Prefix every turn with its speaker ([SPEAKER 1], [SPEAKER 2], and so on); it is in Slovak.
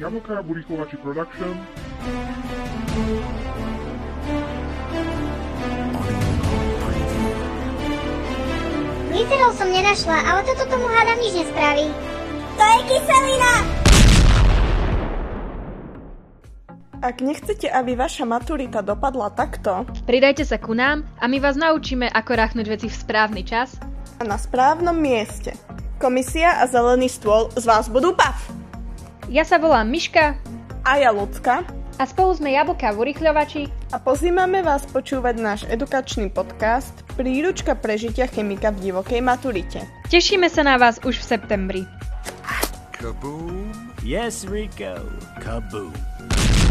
[SPEAKER 1] Yamakara Burikowachi Production.
[SPEAKER 2] Literov som nenašla, ale toto tomu hádam nič nespraví.
[SPEAKER 3] To je kyselina!
[SPEAKER 4] Ak nechcete, aby vaša maturita dopadla takto
[SPEAKER 5] Pridajte sa ku nám a my vás naučíme, ako ráchnuť veci v správny čas.
[SPEAKER 4] a na správnom mieste, komisia a zelený stôl z vás budú pav.
[SPEAKER 5] Ja sa volám Miška
[SPEAKER 4] A ja Lucka
[SPEAKER 5] a spolu sme jablka v urychľovači.
[SPEAKER 4] a pozývame vás počúvať náš edukačný podcast Príručka prežitia chemika v divokej maturite.
[SPEAKER 5] Tešíme sa na vás už v septembri.
[SPEAKER 6] Kaboom!
[SPEAKER 7] Yes, Rico. Kaboom.